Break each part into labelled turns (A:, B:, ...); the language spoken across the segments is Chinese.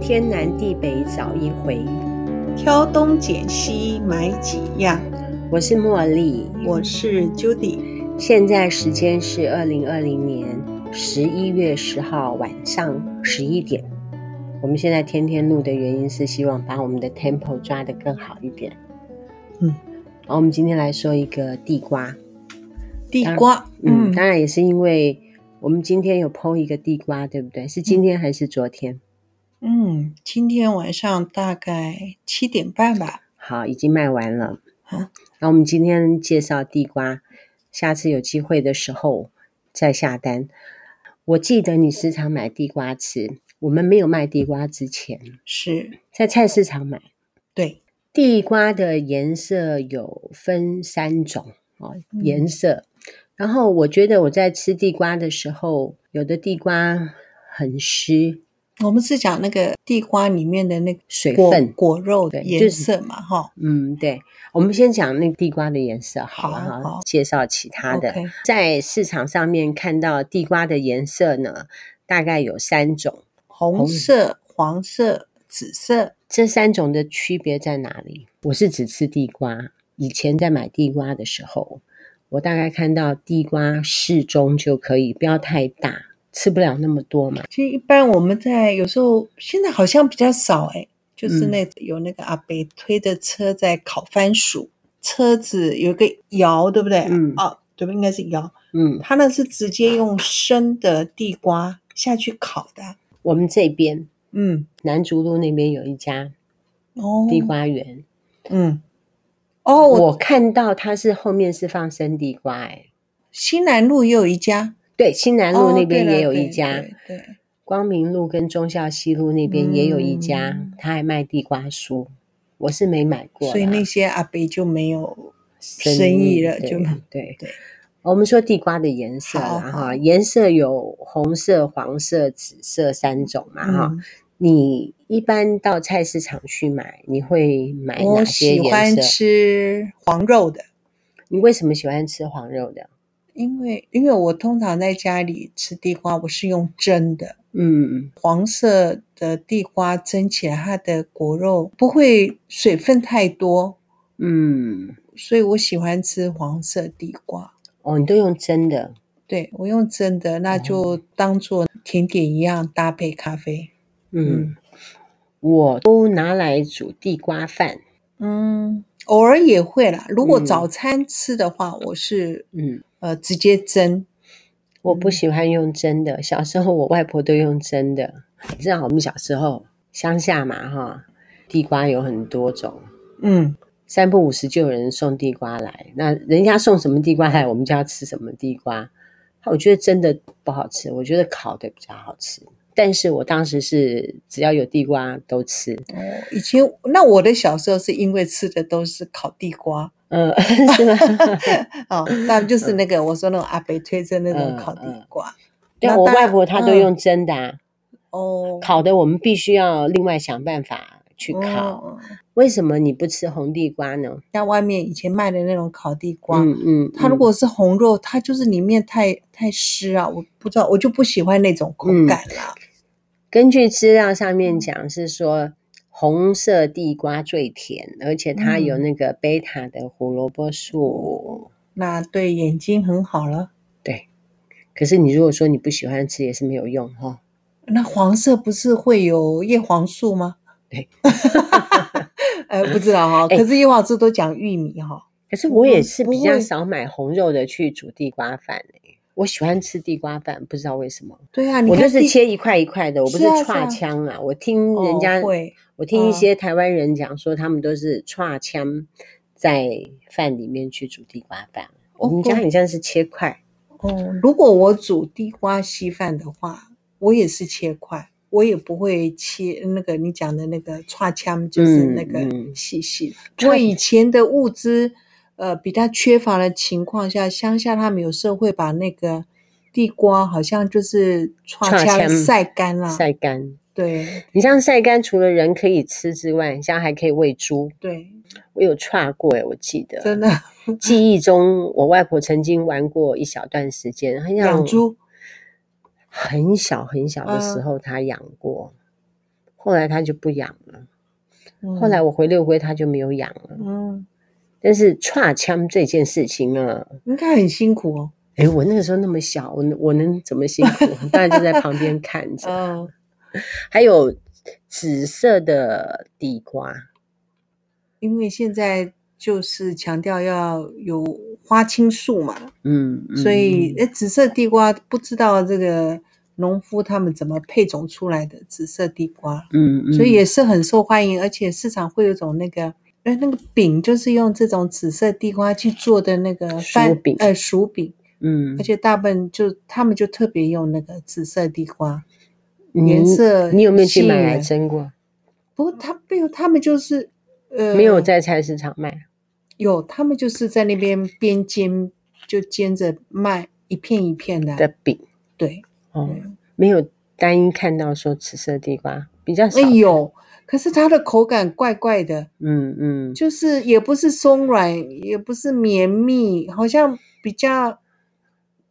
A: 天南地北找一回。
B: 挑东拣西买几样。
A: 我是茉莉，
B: 我是 Judy，
A: 现在时间是二零二零年十一月十号晚上十一点。我们现在天天录的原因是希望把我们的 tempo 抓得更好一点。
B: 嗯，
A: 然后我们今天来说一个地瓜，
B: 地瓜。
A: 嗯，当然也是因为我们今天有剖一个地瓜，对不对？是今天还是昨天？
B: 嗯，今天晚上大概七点半吧。
A: 好，已经卖完了。
B: 好，
A: 那我们今天介绍地瓜，下次有机会的时候再下单。我记得你时常买地瓜吃，我们没有卖地瓜之前，
B: 是，
A: 在菜市场买
B: 对，
A: 地瓜的颜色有分三种哦，
B: 嗯
A: 颜色。然后我觉得我在吃地瓜的时候，有的地瓜很湿，
B: 我们是讲那个地瓜里面的那个
A: 水
B: 果
A: 分
B: 果肉
A: 对
B: 的
A: 就
B: 颜
A: 是
B: 色嘛，哈。
A: 嗯，对，我们先讲那个地瓜的颜色好了
B: 好
A: 哈
B: 好，
A: 介绍其他的。
B: OK
A: 在市场上面看到地瓜的颜色呢，大概有三种，
B: 红色、黄色、紫色。
A: 这三种的区别在哪里？我是只吃地瓜，以前在买地瓜的时候，我大概看到地瓜适中就可以，不要太大，吃不了那么多嘛。
B: 其实一般我们在有时候现在好像比较少哎，就是
A: 嗯
B: 那、有那个阿伯推着车在烤番薯，车子有个摇，对不对？
A: 嗯
B: 啊，对不？应该是摇。
A: 嗯，
B: 他那是直接用生的地瓜下去烤的。
A: 我们这边
B: 嗯，
A: 南竹路那边有一家
B: 哦，
A: 地，瓜园，
B: 嗯，哦，我
A: 我看到它是后面是放生地瓜、哎。
B: 新南路也有一家，
A: 对，新南路
B: 哦
A: 那边
B: 对了
A: 也有
B: 对
A: 一家，
B: 对对
A: 光明路跟忠孝西路那边也有一家，
B: 嗯
A: 他还卖地瓜酥，我是没买过啦，
B: 所以那些阿伯就没有
A: 生
B: 生意了就
A: 对
B: 没
A: 对
B: 对
A: 我们说地瓜的颜色啦
B: 好
A: 哈，
B: 好
A: 颜色有红色、黄色、紫色三种嘛哈。
B: 嗯
A: 你一般到菜市场去买，你会买哪些
B: 我喜
A: 颜
B: 欢
A: 色？
B: 吃黄肉的，
A: 你为什么喜欢吃黄肉的？
B: 因为因为我通常在家里吃地瓜，我是用蒸的，
A: 嗯，
B: 黄色的地瓜蒸起来，它的果肉不会水分太多，
A: 嗯，
B: 所以我喜欢吃黄色地瓜。
A: 哦，你都用蒸的，
B: 对我用蒸的，那就当做甜点一样搭配咖啡。
A: 嗯，我都拿来煮地瓜饭。
B: 嗯，偶尔也会啦。如果
A: 嗯
B: 早餐吃的话，我是
A: 嗯，
B: 呃直接蒸。
A: 我不
B: 嗯
A: 喜欢用蒸的，小时候我外婆都用蒸的。你知道我们小时候乡下嘛哈，地瓜有很多种，
B: 嗯，
A: 三不五时就有人送地瓜来。那人家送什么地瓜来，我们就要吃什么地瓜。我觉得蒸的不好吃，我觉得烤的比较好吃。但是我当时是只要有地瓜都吃，
B: 哦，以前那我的小时候是因为吃的都是烤地瓜
A: 嗯， 是吗？
B: 哦，那就是那个我说那种阿伯推着那
A: 嗯
B: 种烤地
A: 嗯
B: 瓜。
A: 对
B: 那
A: 我
B: 当然
A: 外婆她都
B: 嗯
A: 用蒸的、啊。
B: 哦，
A: 烤的我们必须要另外想办法去烤。
B: 哦。
A: 为什么你不吃红地瓜呢？
B: 像外面以前卖的那种烤地瓜，
A: 嗯嗯，
B: 它如果是红肉，它就是里面太太湿啊，我不知道，我就不喜欢那种口
A: 嗯
B: 感啦。
A: 根据资料上面讲是说。红色地瓜最甜，而且它有
B: 嗯
A: 那个贝塔的胡萝卜素。
B: 那对眼睛很好了。
A: 可是你如果说你不喜欢吃，也是没有用哈、
B: 那黄色不是会有叶黄素吗？
A: 对，
B: 呃，不知道哈、
A: 哎
B: 可是叶黄素都讲玉米哈、
A: 可是我也是
B: 嗯不
A: 比较
B: 会
A: 少买红肉的去煮地瓜饭、欸、我喜欢吃地瓜饭，不知道为什么。
B: 对啊，你
A: 我
B: 看
A: 就是
B: 地
A: 切一块一块的，我不是
B: 是啊是
A: 串
B: 啊
A: 枪啊。我听人家、
B: 哦、会，
A: 我听一
B: 嗯
A: 些台湾人讲说，他们都是串枪在饭里面去煮地瓜饭。我
B: 哦
A: 们家很像是切块，
B: 哦，如果我煮地瓜稀饭的话，我也是切块，我也不会切那个你讲的那个串枪，就是那个
A: 嗯嗯
B: 细细的。不过以前的物资呃比较缺乏的情况下，乡下他们有时候会把那个地瓜好像就是串
A: 串
B: 枪
A: 枪
B: 晒干啦，
A: 晒干。
B: 对
A: 你像晒干，除了人可以吃之外，你像还可以喂猪。
B: 对，
A: 我有串过欸诶，我记得
B: 真的
A: 记忆中，我外婆曾经玩过一小段时间，很像
B: 养猪嗯
A: 很小很小的时候，她养过。后来它就不痒了。
B: 嗯
A: 后来我回六龟，它就没有痒了。
B: 嗯，
A: 但是串枪这件事情啊，
B: 应该很辛苦哦。
A: 哎，我那个时候那么小，我能我能怎么辛苦？当然就在旁边看着。
B: 嗯，
A: 还有紫色的地瓜，
B: 因为现在就是强调要有花青素嘛，
A: 嗯，嗯
B: 所以诶紫色地瓜不知道这个农夫他们怎么配种出来的紫色地瓜，
A: 嗯，嗯
B: 所以也是很受欢迎，而且市场会有一种那个。哎，那个饼就是用这种紫色地瓜去做的那个
A: 薯
B: 饭
A: 饼
B: 呃，薯饼，
A: 嗯
B: 而，且大部分就他们就特别用那个紫色地瓜，颜
A: 你
B: 色
A: 你有没有去
B: 吸
A: 买
B: 引
A: 来
B: 人
A: 蒸过？
B: 不过他没有，他们就是呃
A: 没有在菜市场卖。
B: 有，他们就是在那边边煎就煎着卖一片一片的啊，
A: 的饼
B: 对，
A: 哦，没有单一看到说紫色地瓜比较少
B: 哎
A: 看。
B: 有，可是它的口感怪怪的，
A: 嗯嗯，
B: 就是也不是松软，也不是绵密，好像比较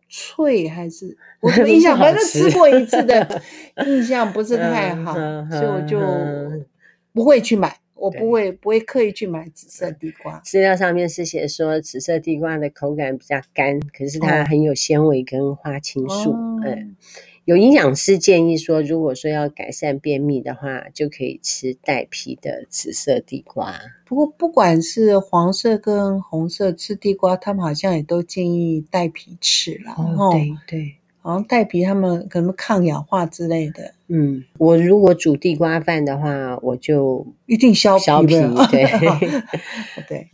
B: 脆，还是我不印象，
A: 不好
B: 反正
A: 吃
B: 吃过一次 的印象不是太好，
A: 嗯
B: 所以我就
A: 嗯
B: 不会去买，我
A: 对
B: 不会不会刻意去买紫色地瓜。
A: 资料上面是写说紫色地瓜的口感比较干，可是它很有纤维跟花青素。
B: 哦
A: 嗯，有营养师建议说，如果说要改善便秘的话，就可以吃带皮的紫色地瓜。
B: 不过不管是黄色跟红色吃地瓜，他们好像也都建议带皮吃啦。
A: 哦对。
B: 好像带皮他们可能抗氧化之类的，
A: 嗯，我如果煮地瓜饭的话，我就
B: 一定削皮
A: 削皮
B: 的。
A: 对
B: 对，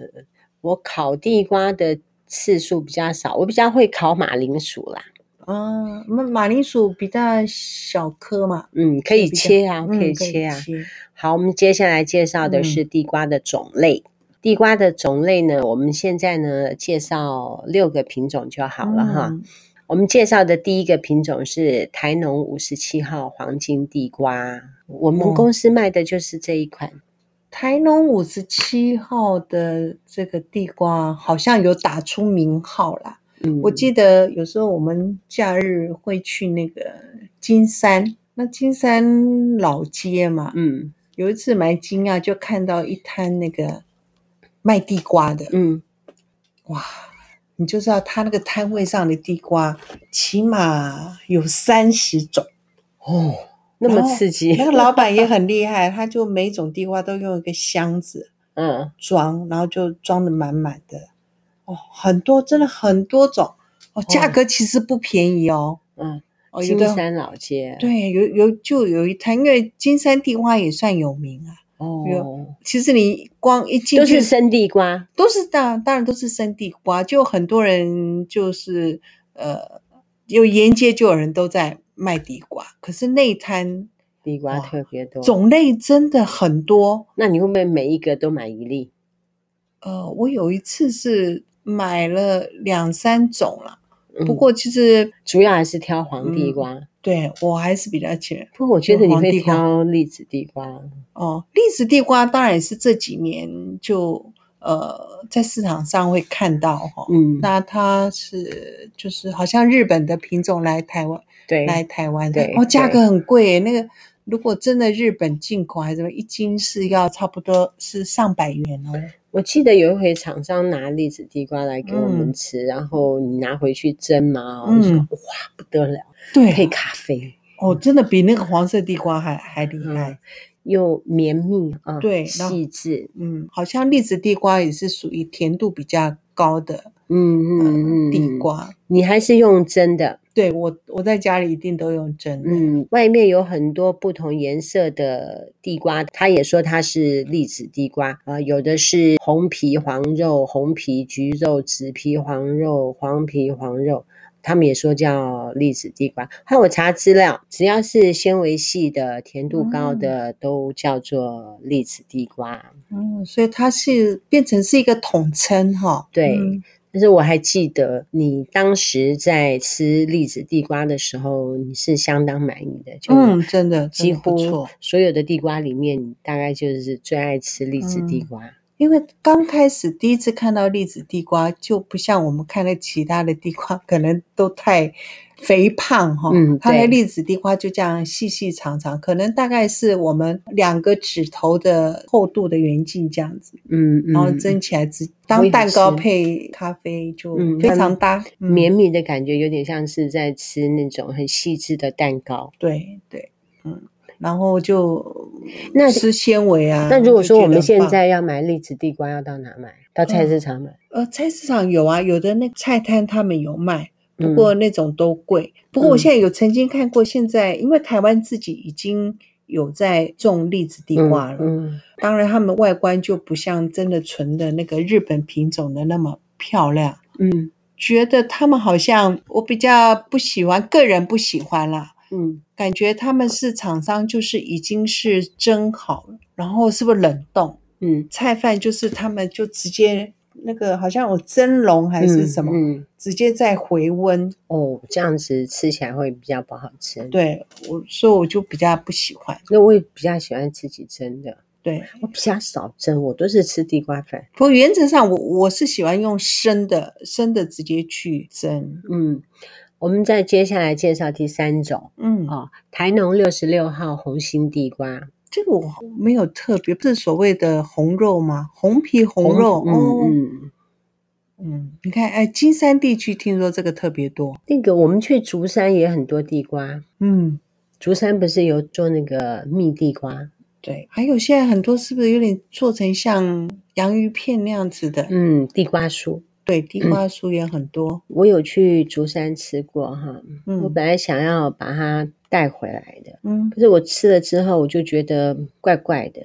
A: 我烤地瓜的次数比较少，我比较会烤马铃薯啦。
B: 啊，马马铃薯比较小颗嘛，
A: 嗯，可以
B: 比较
A: 切啊，
B: 嗯
A: 可以切啊。
B: 切嗯
A: 好，我们接下来介绍的是地瓜的种类。地瓜的种类呢，我们现在呢介绍六个品种就好了哈。
B: 嗯
A: 我们介绍的第一个品种是台农五十七号黄金地瓜，我们
B: 哦
A: 公司卖的就是这一款。
B: 台农五十七号的这个地瓜好像有打出名号啦。
A: 嗯，
B: 我记得有时候我们假日会去那个金山，那金山老街嘛，
A: 嗯
B: 有一次蛮惊讶，就看到一摊那个卖地瓜的，
A: 嗯
B: 哇！你就知道他那个摊位上的地瓜，起码有三十种。
A: 哦，那么
B: 然后
A: 刺激。
B: 那个老板也很厉害，他就每种地瓜都用一个箱子
A: 嗯
B: 装，然后就装的满满的。哦，很多，真的很多种。哦，价格其实不便宜哦。
A: 嗯，
B: 哦，有
A: 金
B: 的
A: 山老街。
B: 对，有有就有一摊，因为金山地瓜也算有名啊。
A: 哦，
B: 其实你光一进
A: 都
B: 去
A: 是生地瓜。
B: 都是当当然都是生地瓜，就很多人就是呃，有沿街就有人都在卖地瓜，可是那一摊
A: 地瓜
B: 哇
A: 特别多，
B: 种类真的很多。
A: 那你会不会每一个都买一粒？
B: 呃，我有一次是买了两三种啦，
A: 嗯
B: 不过其实
A: 主要还是挑黄地瓜。
B: 对我还是比较喜欢
A: 不过我觉得你
B: 黄
A: 会
B: 地瓜
A: 挑栗子地瓜，
B: 哦。栗子地瓜当然也是这几年就呃在市场上会看到哈、哦，
A: 嗯，
B: 那它是就是好像日本的品种来台湾
A: 对，
B: 来台湾
A: 对
B: 哦，价
A: 对
B: 格很贵耶那个。如果真的日本进口还是什么，一斤是要差不多是上百元哦。
A: 我记得有一回厂商拿栗子地瓜来给我们
B: 嗯
A: 吃，然后你拿回去蒸嘛，哦
B: 嗯
A: 我就说哇不得了，
B: 对
A: 配咖啡
B: 哦，真的比那个黄色地瓜还还厉害。
A: 嗯又绵密啊，
B: 对然后
A: 细致，
B: 嗯，好像栗子地瓜也是属于甜度比较高的
A: 嗯
B: 呃
A: 嗯嗯，
B: 地
A: 嗯，
B: 瓜。
A: 你还是用蒸的，
B: 对我，我在家里一定都用蒸的。
A: 嗯，外面有很多不同颜色的地瓜，他也说它是栗子地瓜啊、呃有的是红皮黄肉、红皮橘肉、紫皮黄肉、黄皮黄肉，他们也说叫栗子地瓜。看我查资料，只要是纤维系的、甜度高的，都叫做栗子地瓜。
B: 嗯，所以它是变成是一个统称哈。
A: 对
B: 嗯
A: 但是我还记得你当时在吃栗子地瓜的时候，你是相当满意的，就
B: 嗯，真的真
A: 几
B: 的不
A: 乎
B: 错。
A: 所有的地瓜里面，你大概就是最爱吃栗子地瓜。
B: 因为刚开始第一次看到栗子地瓜，就不像我们看的其他的地瓜，可能都太肥胖哈、
A: 嗯
B: 它的
A: 对
B: 栗子地瓜就这样细细长长，可能大概是我们两个指头的厚度的圆径这样子，
A: 嗯，
B: 然后
A: 嗯
B: 蒸起来只
A: 我
B: 当
A: 也
B: 蛋糕
A: 是
B: 配咖啡就
A: 嗯
B: 非
A: 它
B: 常搭。嗯
A: 绵密的感觉有点像是在吃那种很细致的蛋糕。
B: 对对，嗯，然后就
A: 那
B: 吃纤维啊。
A: 那如果
B: 就
A: 说
B: 觉
A: 我
B: 得
A: 们
B: 很
A: 现
B: 棒
A: 在要买栗子地瓜，要到哪买？到菜市场买？
B: 呃，菜市场有啊，有的那个菜摊他们有卖，不
A: 嗯
B: 过那种都贵。不过我
A: 嗯
B: 现在有曾经看过，现在因为台湾自己已经有在种栗子地
A: 嗯
B: 瓜了，
A: 嗯
B: 当然他们外观就不像真的纯的那个日本品种的那么漂亮。
A: 嗯
B: 觉得他们好像我比较不喜欢，个人不喜欢啦。
A: 嗯，
B: 感觉他们是厂商，就是已经是蒸好了，然后是不是冷冻？
A: 嗯，
B: 菜饭就是他们就直接那个好像有蒸笼还是什么，
A: 嗯，嗯
B: 直接再回温。
A: 哦，这样子吃起来会比较不好吃。，
B: 对我，所以我就比较不喜欢。
A: 那我也比较喜欢自己蒸的，
B: 对，
A: 我比较少蒸，我都是吃地瓜粉。
B: 不过原则上我我是喜欢用生的，生的直接去蒸。
A: 嗯，我们再接下来介绍第三种
B: 嗯，
A: 哦，台农六十六号红心地瓜。
B: 这个我没有特别，不是所谓的红肉吗？红皮红肉，
A: 嗯
B: 哦，嗯
A: 嗯，
B: 你看，哎，金山地区听说这个特别多。
A: 那个我们去竹山也很多地瓜，
B: 嗯，
A: 竹山不是有做那个蜜地瓜？
B: 对，还有现在很多是不是有点做成像洋芋片那样子的？
A: 嗯，地瓜酥。
B: 对，地瓜酥也很多。
A: 我有去竹山吃过哈，我
B: 嗯
A: 本来想要把它带回来的，
B: 嗯，
A: 可是我吃了之后，我就觉得怪怪的。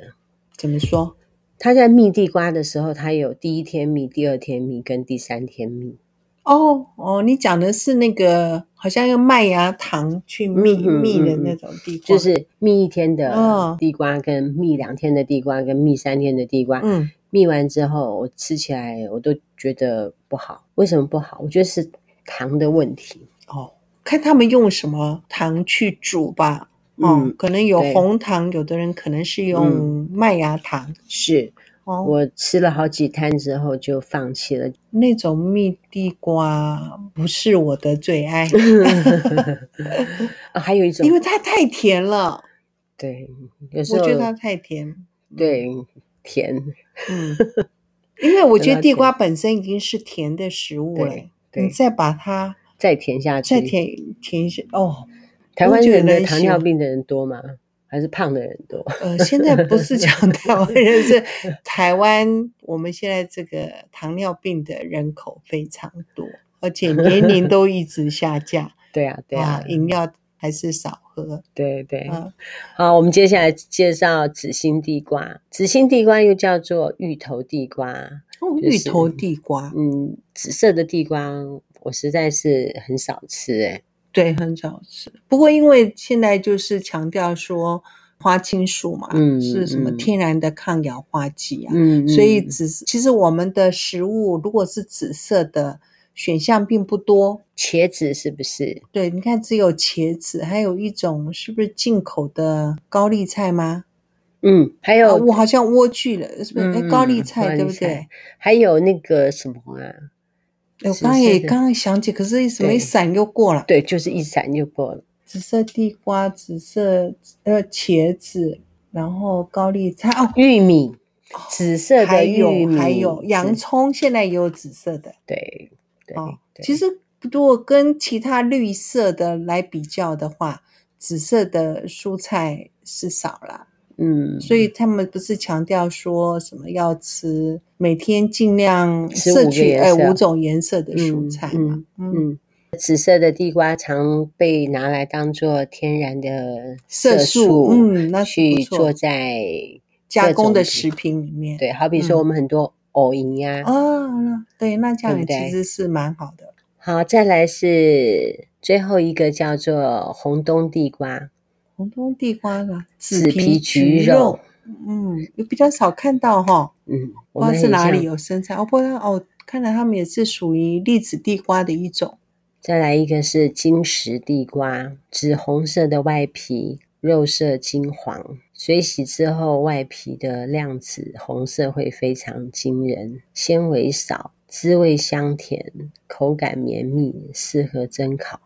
B: 怎么说？
A: 它在蜜地瓜的时候，它有第一天蜜、第二天蜜跟第三天蜜。
B: 哦哦，你讲的是那个好像用麦芽糖去蜜
A: 嗯嗯
B: 蜜的
A: 嗯
B: 那种地瓜，
A: 就是蜜一天的
B: 嗯
A: 地瓜，跟蜜两天的地瓜，跟蜜三天的地瓜。
B: 嗯
A: 蜜完之后，我吃起来我都觉得不好。为什么不好？我觉得是糖的问题。
B: 哦，看他们用什么糖去煮吧。哦，
A: 嗯
B: 可能有
A: 对
B: 红糖，有的人可能是用麦芽糖。
A: 是
B: 哦，
A: 我吃了好几摊之后就放弃 了。
B: 那种蜜地瓜不是我的最 爱，
A: 啊，还有一种
B: 因，为它太甜了，
A: 对，有时
B: 我
A: 候
B: 觉得它 太甜。
A: 对甜，
B: 嗯，因为我觉
A: 它
B: 得地
A: 甜
B: 瓜本身已经是甜的食物了
A: 对，
B: 你
A: 对，
B: 再把它
A: 再甜下去。
B: 嗯再甜甜一些哦。
A: 台湾
B: 我觉得
A: 人的
B: 很
A: 糖
B: 喜
A: 尿
B: 欢
A: 病的人多吗？还是胖的人多？
B: 呃，现在不 是讲台湾人，是台湾我们现在这个糖尿病的人口非常多，而且年 龄都一直下降
A: 对啊，对啊
B: 啊，，饮料还是少喝。
A: 对对。
B: 啊。
A: 好，我们接下来介绍紫心地瓜。紫心地瓜又叫做芋头地瓜，
B: 哦，
A: 就
B: 芋
A: 是
B: 头地瓜，
A: 嗯，紫色的地瓜我实在是很少吃、欸，诶
B: 对，很少吃。不过因为现在就是强调说花青素嘛，
A: 嗯
B: 是什么
A: 嗯
B: 天然的抗氧化剂啊，
A: 嗯
B: 所以
A: 嗯
B: 紫其实我们的食物如果是紫色的选项并不多。
A: 茄子是不是？
B: 对，你看只有茄子，还有一种是不是进口的高丽菜吗？
A: 嗯，还
B: 啊，
A: 有、
B: 我好像蜗苣了，是不是？哎、
A: 嗯
B: 高丽
A: 嗯高
B: 菜
A: 丽
B: 对不
A: 菜
B: 对？
A: 还有那个什么啊？
B: 哎我
A: 紫
B: 刚刚
A: 色
B: 也
A: 的
B: 刚刚想起，可是什么
A: 对
B: 一闪又过了。
A: 对，就是一闪就过了。
B: 紫色地瓜、紫色呃茄子，然后高丽菜 哦，
A: 玉米，紫色
B: 还
A: 的玉
B: 有
A: 米，
B: 还有洋
A: 紫，
B: 葱，现在也有紫色的
A: 对对、
B: 哦。
A: 对，
B: 其实如果跟其他绿色的来比较的话，紫色的蔬菜是少了，
A: 嗯，
B: 所以他们不是强调说什么要吃每天尽量
A: 吃五
B: 摄
A: 个
B: 取
A: 颜
B: 呃
A: 色
B: 五种颜色的蔬
A: 嗯
B: 菜嘛。
A: 嗯嗯，紫色的地瓜常被拿来当做天然的
B: 色
A: 素
B: 素，，嗯，那是不
A: 去
B: 错
A: 做在
B: 加
A: 各
B: 工的
A: 种
B: 食品里面，
A: 对，好比说
B: 嗯
A: 我们很多藕银呀、
B: 啊，那对，那这
A: 对不
B: 样
A: 对
B: 其实是蛮好的。
A: 好，再来是最后一个叫做红冬地瓜，
B: 红冬地瓜啦，
A: 紫皮橘
B: 橘
A: 肉
B: 肉，嗯，有比较少看到哈，
A: 嗯，我
B: 不
A: 们
B: 知道是哪
A: 很
B: 里
A: 像。
B: 有生产。哦，不然哦，看来他们也是属于栗子地瓜的一种。
A: 再来一个是金石地瓜，紫红色的外皮，肉色金黄，水洗之后，外皮的量子红色会非常惊人，纤维少，滋味香甜，口感绵密，适合蒸烤。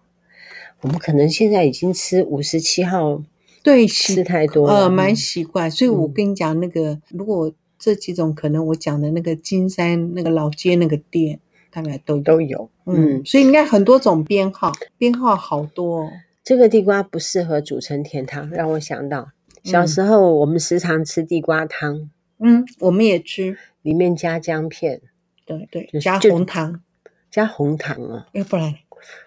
A: 我们可能现在已经吃五十七号
B: 对，
A: 吃
B: 习
A: 太多了，
B: 呃蛮
A: 嗯
B: 奇怪，所以我
A: 嗯
B: 跟你讲，那个如果这几种可能我讲的那个金山那个老街那个店，大概都有，
A: 都有。嗯
B: 嗯，，所以应该很多种编号，编号好多、哦。
A: 这个地瓜不适合煮成甜汤，让我想到小时候我们时常吃地瓜汤，
B: 嗯，我们也吃，
A: 里面加姜片、
B: 对对
A: 就，是
B: 加
A: 就
B: 红糖，
A: 加红糖啊，
B: 要不然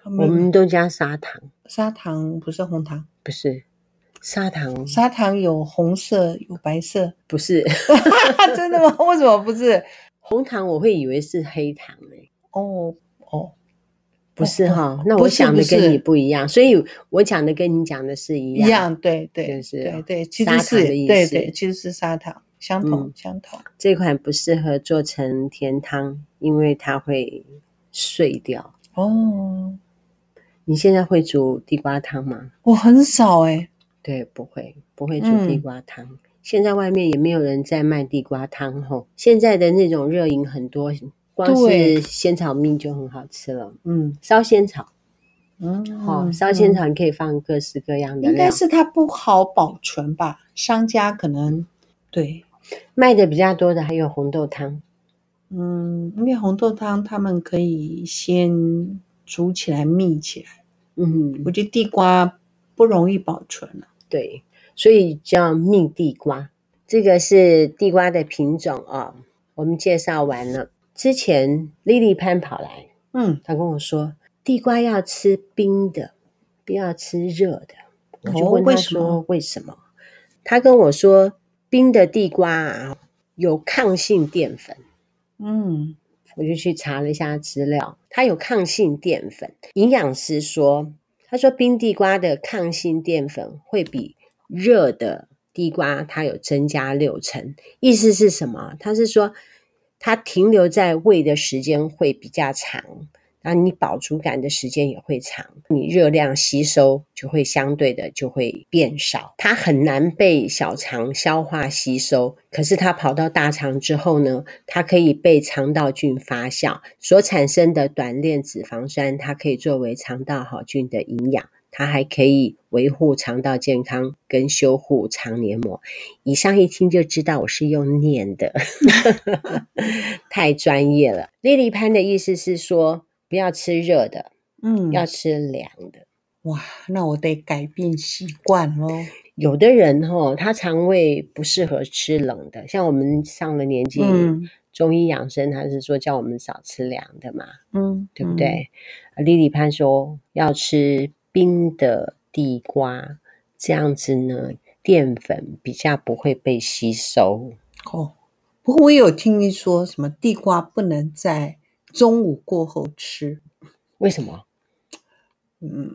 B: 嗯
A: 我们都加砂糖，
B: 砂糖不是红糖，
A: 不是砂糖，
B: 砂糖有红色有 白色，
A: 不是
B: 真的吗？ 为什么不是？
A: 红糖，我会以为是黑糖诶、
B: 哦哦，
A: 不是
B: 哦
A: 哈，那
B: 不
A: 我
B: 是
A: 想
B: 不
A: 的跟你
B: 是
A: 不一样，所以我讲的跟你讲的是一
B: 一样，对
A: 就
B: 对
A: 是
B: 对对，其
A: 砂
B: 实
A: 糖
B: 是
A: 的意
B: 对
A: 思
B: 对，其实是砂糖，相同
A: 嗯
B: 相同。
A: 这款不适合做成甜汤，因为它会碎掉。
B: 哦，
A: 你现在会煮地瓜汤吗？
B: 我很少哎，
A: 对，不会，不会煮地
B: 嗯
A: 瓜汤。现在外面也没有人在卖地瓜汤吼，现在的那种热饮很多，光
B: 对
A: 是鲜草蜜就很好吃了。
B: 嗯
A: 烧仙草，哦，
B: 嗯
A: 烧仙
B: 嗯
A: 草你可以放各式各样的
B: 应该
A: 料，
B: 是它不好保存吧，商家可能对，
A: 卖的比较多的还有红豆汤，
B: 嗯，因为红豆汤他们可以先煮起来密起来，
A: 嗯
B: 我，觉得地瓜不容易保存了、啊
A: 对，所以叫蜜地瓜，这个是地瓜的品种啊、我们介绍完了，之前莉莉潘跑来，
B: 嗯，
A: 她跟我说，地瓜要吃冰的，不要吃热的。我就
B: 哦
A: 问她
B: 为什么
A: 说为什么？她跟我说，冰的地瓜啊有抗性淀粉。
B: 嗯，
A: 我就去查了一下资料，它有抗性淀粉。营养师说，他说冰地瓜的抗性淀粉会比热的地瓜它有增加六成。意思是什么？它是说它停留在胃的时间会比较长，然后你饱足感的时间也会长，你热量吸收就会相对的就会变少，它很难被小肠消化吸收。可是它跑到大肠之后呢，它可以被肠道菌发酵所产生的短链脂肪酸，它可以作为肠道好菌的营养。它还可以维护肠道健康跟修护肠黏膜。以上一听就知道我是用念的， 太专业了。莉莉潘的意思是说，不要吃热的，
B: 嗯，
A: 要吃凉的。
B: 哇，那我得改变习惯喽。
A: 有的人哦，他肠胃不适合吃冷的，像我们上了年纪，
B: 嗯
A: 中医养生他是说叫我们少吃凉的嘛，
B: 嗯，
A: 对不？对？呃莉莉潘说要吃冰的地瓜，这样子呢，淀粉比较不会被吸收。
B: 哦，不过我有听你说什么地瓜不能在中午过后吃，
A: 为什么？
B: 嗯，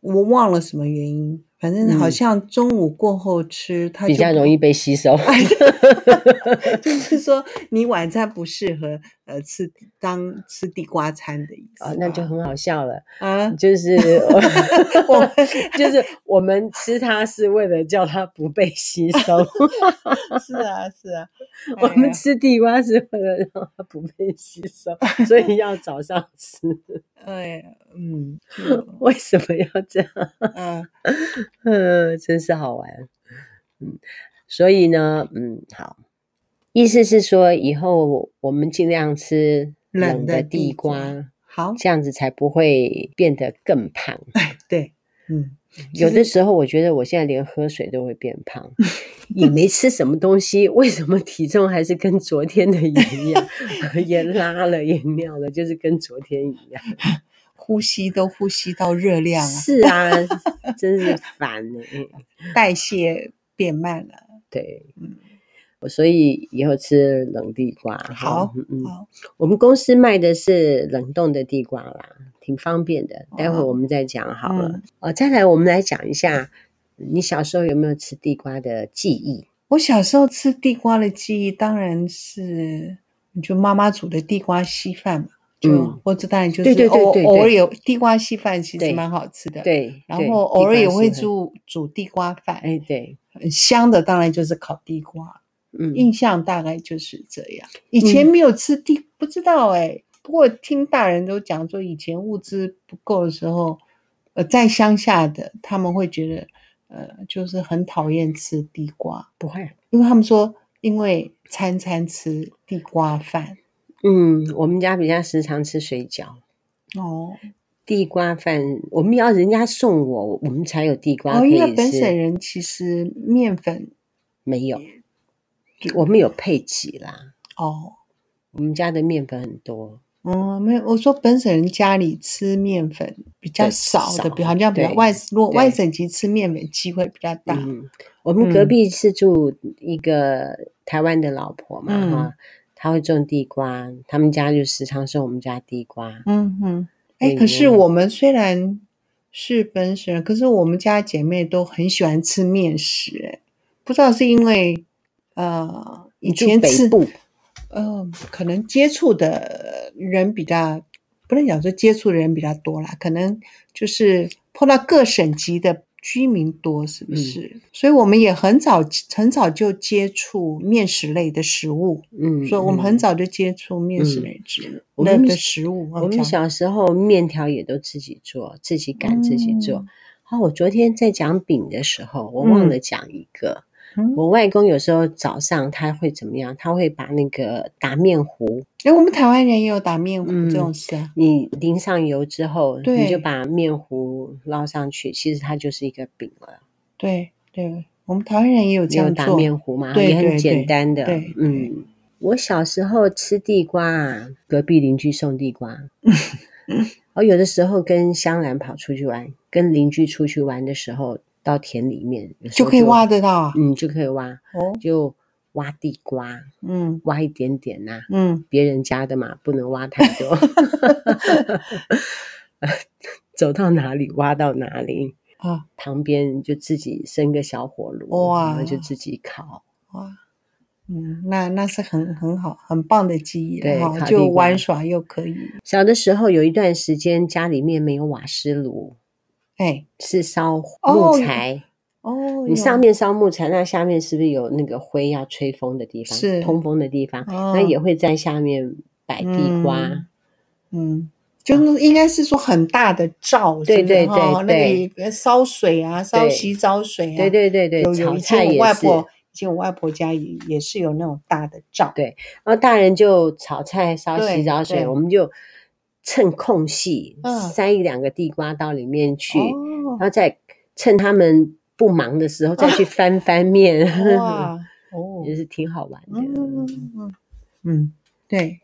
B: 我忘了什么原因，反正好
A: 嗯
B: 像中午过后吃它
A: 比
B: 就
A: 较
B: 不
A: 容 易被吸收。哦
B: 就是说你晚餐不适合呃吃当吃地瓜餐的意思
A: 啊，那就
B: 吧
A: 很好笑 了，
B: 啊，
A: 就是
B: 我
A: 我， 就是我们吃它是为了叫它不被吸 收，
B: 是啊是啊，
A: 我
B: 哎呀
A: 们吃地瓜是为了让它不被吸收，所以要早上吃。
B: 哎呀嗯就
A: 为什么要这样？
B: 嗯
A: 嗯， 真是好玩。嗯，所以呢，嗯，好，意思是说以后我们尽量吃
B: 冷
A: 冷
B: 的
A: 的
B: 地
A: 地瓜，
B: 好
A: 这样子才不会变得更胖。
B: 哎对嗯
A: 有的时候我觉得我现在连喝水都会变胖，也没吃什么东西，为什么体重还是跟昨天的一样？ 也拉了，也尿了，就是跟昨天一样。
B: 呼吸都呼吸到热量啊，
A: 是啊，真是烦欸呢、
B: 代谢变慢了，
A: 对，
B: 嗯
A: 我所以以后吃冷地瓜。
B: 好
A: 嗯嗯，
B: 好
A: 我们公司卖的是冷冻的地瓜啦，挺方便的。待会
B: 哦
A: 我们再讲好了。
B: 嗯
A: 哦，再来我们来讲一下，你小时候有没有吃地瓜的记忆？
B: 我小时候吃地瓜的记忆当然是就妈妈煮的地瓜稀饭嘛，就
A: 嗯
B: 或者当然就
A: 对
B: 是
A: 对对
B: 偶
A: 对对
B: 偶尔有地瓜稀饭，其实
A: 对
B: 蛮好吃的。，
A: 对，
B: 然
A: 对
B: 后偶尔也会，
A: 地瓜
B: 煮煮地瓜饭，
A: 是很哎，对，
B: 很香的当然就是烤地瓜。
A: 嗯，
B: 印象大概就是这样。以前没有吃地，不知道哎、不过听大人都讲说，以前物资不够的时候，呃，在乡下的他们会觉得，呃，就是很讨厌吃地瓜，
A: 不会，啊
B: 因为他们说，因为餐餐吃地瓜饭
A: 嗯，我们家比较时常吃水饺。
B: 哦，
A: 地瓜饭，我们要人家送我，我们才有地瓜
B: 哦，
A: 可以
B: 因为
A: 吃。
B: 本省人其实面粉
A: 没有，我们有配给啦。
B: 哦。
A: 我们家的面粉很多，
B: 哦，没有，我说本省人家里吃面粉比较
A: 对
B: 少的，
A: 少
B: 比好像比较
A: 对
B: 外，如果
A: 对
B: 外省籍吃面粉机会比较大。
A: 嗯，我们隔壁是住一个台湾的老婆嘛，
B: 嗯
A: 哈，她会种地瓜，他们家就时常送我们家地瓜。
B: 嗯哼，哎，
A: 对
B: 可是
A: 有
B: 我们虽然是本省人，可是我们家姐妹都很喜欢吃面食，哎，不知道是因为呃以
A: 你住
B: 前
A: 北
B: 吃，
A: 部，
B: 呃，可能接触的人比较，不能讲说接触的人比较多啦，可能就是碰到各省级的。居民多是不
A: 嗯
B: 是？所以我们也很早很早就接触面食类的食物，
A: 嗯，
B: 所以我们很
A: 嗯，
B: 早就接触面食
A: 嗯
B: 类植
A: 我
B: 物类
A: 们
B: 的
A: 小
B: 食物。啊
A: 嗯我
B: 这
A: 们
B: 样
A: 小时候面条也都自己做，自己擀，自己做。
B: 嗯
A: 啊，我昨天在讲饼的时候，我忘了讲一个。
B: 嗯。嗯
A: 我外公有时候早上他会怎么样？他会把那个打面糊，
B: 哎、我们台湾人也有打面糊
A: 嗯
B: 这种事啊。
A: 你淋上油之后，
B: 对
A: 你就把面糊捞上去，其实它就是一个饼了。
B: 对对，我们台湾人也有
A: 你
B: 这
A: 有
B: 样
A: 打
B: 做。
A: 面糊嘛，
B: 对
A: 也很
B: 对
A: 简
B: 对
A: 单的
B: 对。
A: 嗯，我小时候吃地瓜啊，隔壁邻居送地 瓜。我有的时候跟香兰跑出去玩，跟邻居出去玩的时候，到田里面有时
B: 就
A: 候
B: 可以挖得到啊。
A: 嗯，就可以挖，
B: 哦，
A: 就挖地瓜，
B: 嗯
A: 挖一点点呐、
B: 嗯，
A: 别人家的嘛，不能挖太多。 走到哪里挖到哪里，
B: 啊
A: 旁边就自己生个小火炉，
B: 哇
A: 然后就自己烤。
B: 哇，嗯，那那是很很好很棒的记忆
A: 对
B: 了哈，
A: 烤
B: 就
A: 地瓜
B: 玩耍又可以。
A: 小的时候有一段时间家里面没有瓦斯炉，
B: 哎
A: 是烧
B: 哦
A: 木材。
B: 哦，
A: 你
B: 有
A: 上面烧木材，那下面是不是有那个灰要吹风的地方，
B: 是
A: 通风的地方？
B: 哦
A: 那也会在下面摆地瓜。啊
B: 嗯嗯。就是应该是说很大的灶，
A: 对
B: 是不是
A: 对
B: 哈
A: 对
B: 那个烧水啊，烧
A: 对
B: 洗澡水啊，
A: 对对对对，
B: 有有
A: 炒
B: 以
A: 菜
B: 前我
A: 也
B: 外
A: 是。
B: 婆，以前我外婆家也也是有那种大的灶，
A: 对然后大人就炒菜、烧
B: 对
A: 洗澡
B: 对
A: 水，我们就趁空隙
B: 嗯
A: 塞一两个地瓜到里面去，
B: 哦
A: 然后再趁他们不忙的时候 再去翻翻面，
B: 哇 哦，
A: 也是挺好玩的。
B: 嗯嗯，对，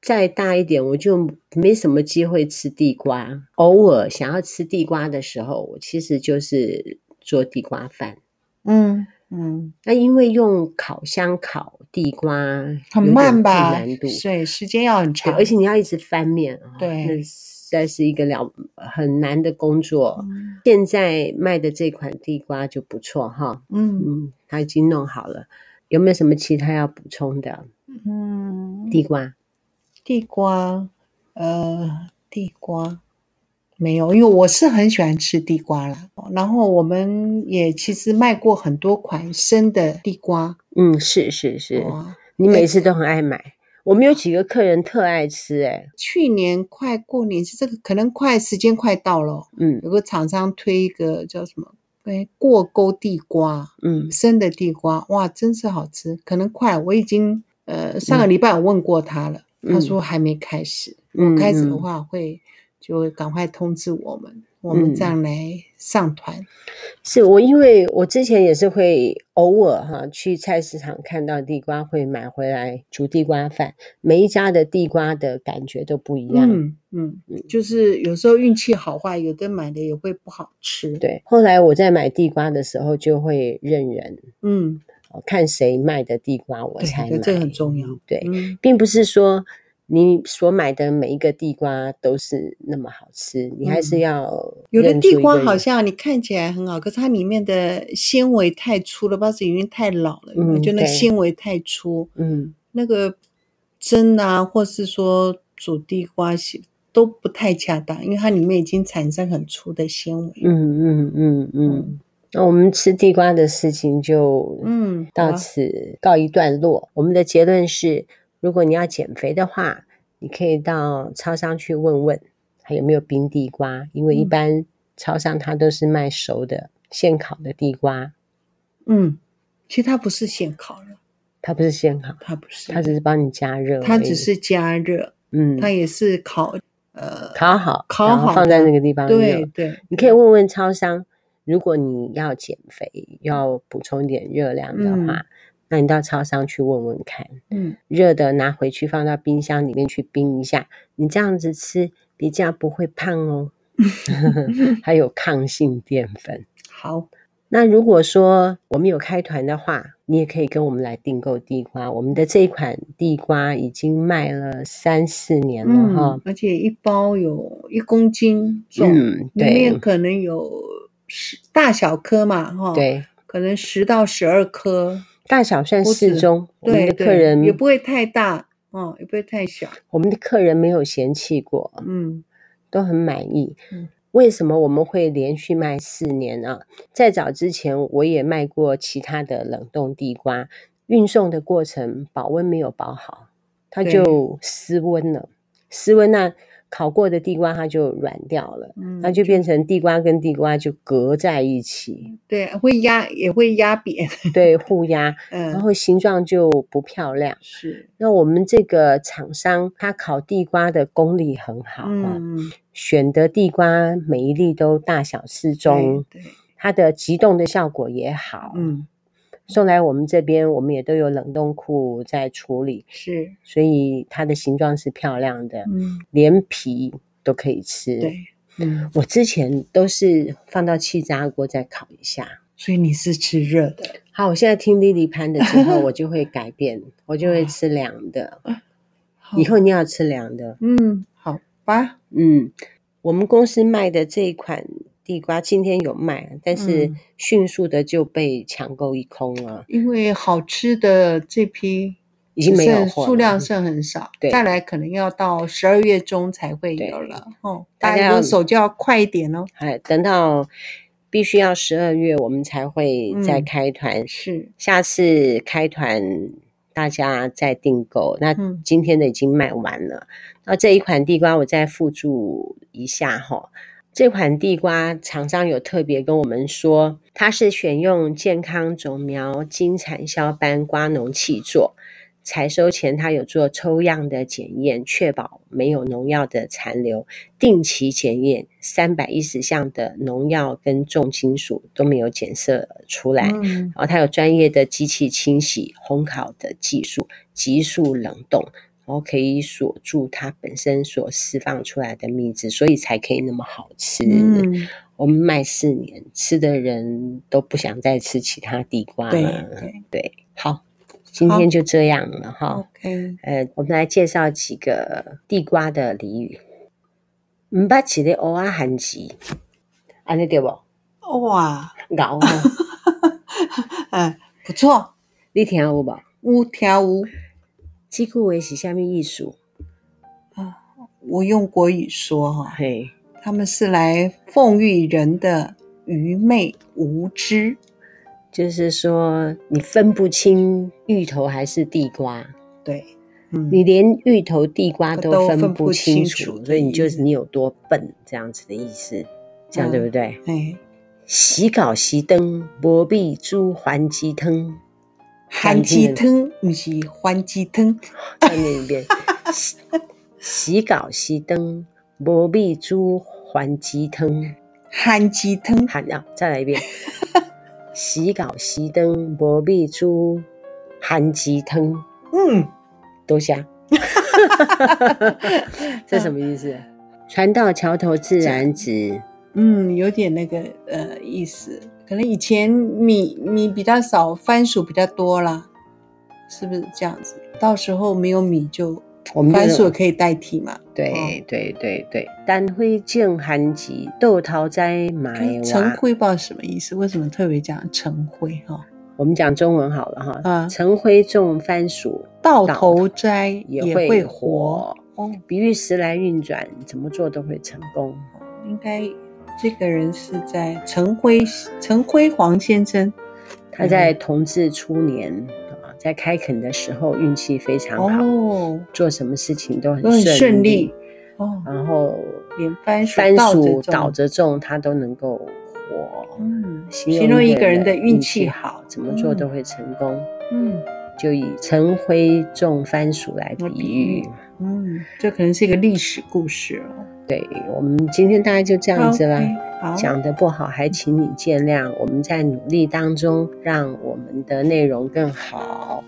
A: 再大一点，我就没什么机会吃地瓜，偶尔想要吃地瓜的时候，我其实就是做地瓜饭。
B: 嗯嗯，
A: 那因为用烤箱烤地瓜
B: 很
A: 有点
B: 慢吧？
A: 困难度
B: 对，时间要很
A: 对，
B: 长，
A: 而且你要一直翻面啊，
B: 对
A: 那实在是一个了很难的工作。
B: 嗯
A: 现在卖的这款地瓜就不错哈，
B: 嗯
A: 嗯，它已经弄好了。有没有什么其他要补充的？
B: 嗯，
A: 地瓜，
B: 地瓜，呃，地瓜没有，因为我是很喜欢吃地瓜啦。然后我们也其实卖过很多款生的地瓜，
A: 嗯，是是是，
B: 哇
A: 你每次都很爱买。我们有几个客人特爱吃、哎，
B: 去年快过年，这个可能快时间快到了哦，
A: 嗯
B: 有个厂商推一个叫什么？哎，过沟地瓜，
A: 嗯
B: 生的地瓜，哇，真是好吃。可能快，我已经呃上个礼拜我问过他了，他
A: 嗯
B: 说还没开始。
A: 嗯，
B: 开始的
A: 嗯，
B: 话会就会赶快通知我们，我们
A: 嗯
B: 这样来上团。
A: 是我因为我之前也是会偶尔哈去菜市场看到地瓜，会买回来煮地瓜饭。每一家的地瓜的感觉都不一样，
B: 嗯嗯，就是有时候运气好坏，有的买的也会不好吃。，
A: 对，后来我在买地瓜的时候就会认人，
B: 嗯，
A: 哦看谁卖的地瓜我才买。
B: 对，这个很重要。
A: 对，
B: 嗯
A: 并不是说你所买的每一个地瓜都是那么好吃，你还是要
B: 嗯有的
A: 认出一
B: 地瓜
A: 个
B: 好
A: 人
B: 像你看起来很好，可是它里面的纤维太粗了，不知道是因为太老了，
A: 嗯
B: 就那
A: 对
B: 纤维太粗，
A: 嗯
B: 那个针啊，或是说煮地瓜洗都不太恰当，因为它里面已经产生很粗的纤维。
A: 嗯嗯嗯嗯。那我们吃地瓜的事情就
B: 嗯，
A: 到
B: 好
A: 此告一段落。我们的结论是，如果你要减肥的话，你可以到超商去问问，还有没有冰地瓜，因为一
B: 嗯
A: 般超商它都是卖熟的、现烤的地瓜，
B: 嗯，其实它不是现烤了，
A: 它不是现烤，
B: 它不是，
A: 它只是帮你加热而已，
B: 它只是加热，
A: 嗯，
B: 它也是烤呃，
A: 烤好，
B: 烤
A: 然后
B: 好
A: 放在
B: 的
A: 那个地方热。
B: 对对，
A: 你可以问问超商，如果你要减肥，要补充点热量的话，那你到超商去问问看。
B: 嗯
A: 热的拿回去放到冰箱里面去冰一下，你这样子吃比较不会胖 哦。 还有抗性淀粉。
B: 好，
A: 那如果说我们有开团的话，你也可以跟我们来订购地瓜。我们的这一款地瓜已经卖了三四年了哈、
B: 嗯，而且一包有一公斤重，
A: 嗯
B: 里
A: 对
B: 面可能有十大小颗嘛哈，，
A: 对，
B: 可能十到十二颗，
A: 大小算
B: 哦不止
A: 适中。我们
B: 对
A: 的
B: 对，
A: 客人
B: 也不会太大，哦，也不会太小，
A: 我们的客人没有嫌弃过，
B: 嗯
A: 都很满意。
B: 嗯
A: 为什么我们会连续卖四年啊？在早之前，我也卖过其他的冷冻地瓜，运送的过程保温没有保好，它
B: 对
A: 就失温了。失温那烤过的地瓜它就软掉了，
B: 嗯，
A: 它就变成地瓜跟地瓜就隔在一起，
B: 对，会压也会压扁，
A: 对，互压，然
B: 嗯，
A: 后形状就不漂亮。
B: 是，
A: 那我们这个厂商，他烤地瓜的功力很好啊，
B: 嗯嗯，
A: 选的地瓜每一粒都大小适中，
B: 对，对
A: 它的急冻的效果也好。
B: 嗯
A: 送来我们这边，我们也都有冷冻库在处理，
B: 是，
A: 所以它的形状是漂亮的，
B: 嗯
A: 连皮都可以吃。，
B: 对，嗯，
A: 我之前都是放到气炸锅再烤一下。
B: 所以你是吃热的。
A: 好，我现在听莉莉潘的之 后，我就会改变，我就
B: 哦
A: 会吃凉的。
B: 好
A: 以后你要吃凉的，
B: 嗯，好吧，
A: 嗯，我们公司卖的这一款地瓜今天有卖，但是
B: 嗯
A: 迅速的就被抢购一空了，
B: 因为好吃的这批
A: 已经没有
B: 剩
A: 货
B: 数
A: 了
B: 量剩很少，
A: 对
B: 再来可能要到十二月中才会
A: 对
B: 有了哦。
A: 大
B: 大
A: 家
B: 家
A: 要
B: 有手就要快一点哦。
A: 哎，等到必须要十二月我们才会再
B: 嗯
A: 开团，
B: 是，
A: 下次开团大家再订购。那
B: 嗯
A: 今天的已经卖完了，那这一款地瓜我再附注一下哈。这款地瓜厂商有特别跟我们说，它是选用健康种苗经产销班瓜农器做，采收前它有做抽样的检验，确保没有农药的残留，定期检验三百一十项的农药跟重金属都没有检测出来。
B: 嗯
A: 然后哦它有专业的机器清洗、烘烤的技术，急速冷冻，然后可以锁住它本身所释放出来的蜜汁，所以才可以那么好吃。
B: 嗯，
A: 我们卖四年，吃的人都不想再吃其他地瓜
B: 对
A: 了。
B: 对
A: 好，今天就这样了哈。
B: ，OK，
A: 呃，我们来介绍几个地瓜的俚语。唔捌一个蚵仔咸鸡，安尼对不？
B: 哇，
A: 咬啊！
B: 哎，不错，
A: 你听有无？
B: 五条五
A: 这句话是啥物意思？
B: 啊，我用国语说哈、
A: 嘿，
B: 他们是来奉喻人的愚昧无知。
A: 就是说你分不清芋头还是地瓜，
B: 对，嗯，
A: 你连芋头、地瓜都
B: 都
A: 分
B: 分
A: 不
B: 不
A: 清
B: 清
A: 楚，
B: 楚
A: 所以你就
B: 的意
A: 是
B: 思
A: 你有多笨这样子的意思，这样
B: 嗯
A: 对不对？
B: 哎，
A: 洗稿熄灯，磨壁猪还鸡汤，
B: 韩鸡汤不是番鸡汤，
A: 再念一遍：洗 洗稿熄灯，磨壁猪还鸡汤。
B: 韩鸡汤
A: 喊啊，再来一 遍。洗稿熄灯，磨壁猪含鸡汤，
B: 嗯，
A: 多香。这什么意思？船到桥头自然直。
B: 嗯，有点那个呃意思，可能以前米米比较少，番薯比较多啦，是不是这样子？到时候没有米就
A: 我们
B: 番
A: 这
B: 薯
A: 种
B: 可以代替嘛？
A: 对对对对，单灰镜含鸡，豆桃摘埋
B: 成
A: 娃。
B: 灰不知道什么意思，为什么特别讲成灰哈？
A: 我们讲中文好了哈。
B: 啊
A: 晨灰种番薯，
B: 到头摘
A: 也
B: 会
A: 活。
B: 哦，
A: 比喻时来运转，怎么做都会成功。
B: 应该这个人是在陈辉陈辉煌先生，
A: 他在同治初年啊，在开垦的时候运气非常好，
B: 哦，
A: 做什么事情都很
B: 都很顺
A: 利
B: 利，哦，
A: 然后
B: 连番薯
A: 番
B: 倒着
A: 薯
B: 种
A: 倒着种，他都能够活。
B: 嗯，
A: 形
B: 形
A: 容
B: 容
A: 一
B: 一
A: 个
B: 个
A: 人
B: 人
A: 的
B: 的
A: 运
B: 运
A: 气
B: 气
A: 好
B: 好，，
A: 怎么做都会成功。
B: 嗯
A: 就以陈辉种番薯来比喻。
B: 嗯，这可能是一个历史故事了，
A: 对我们今天大概就这
B: 这
A: 样子啦。
B: 好，嗯
A: 讲的不好，还请你见谅。我们在努力当中，让我们的内容更好，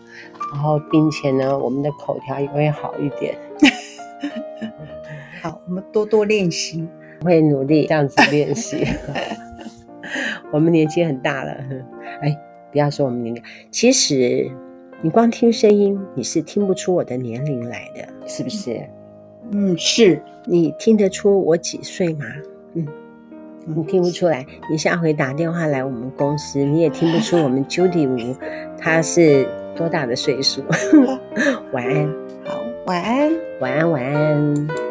A: 然后并且呢，我们的口条也会好一点，
B: 好，我们多多练习。
A: 会努力这样子练习。 我们年纪很大了，哎，不要说我们年纪，其实你光听声音，你是听不出我的年龄来的，是不是？
B: 嗯，是，
A: 你听得出我几岁吗？你
B: 嗯
A: 听 不出来，你下回打电话来我们公司，你也听不出我们 Judy 吴她是 多大的岁数。晚安，
B: 好，晚安。
A: 晚安，晚安。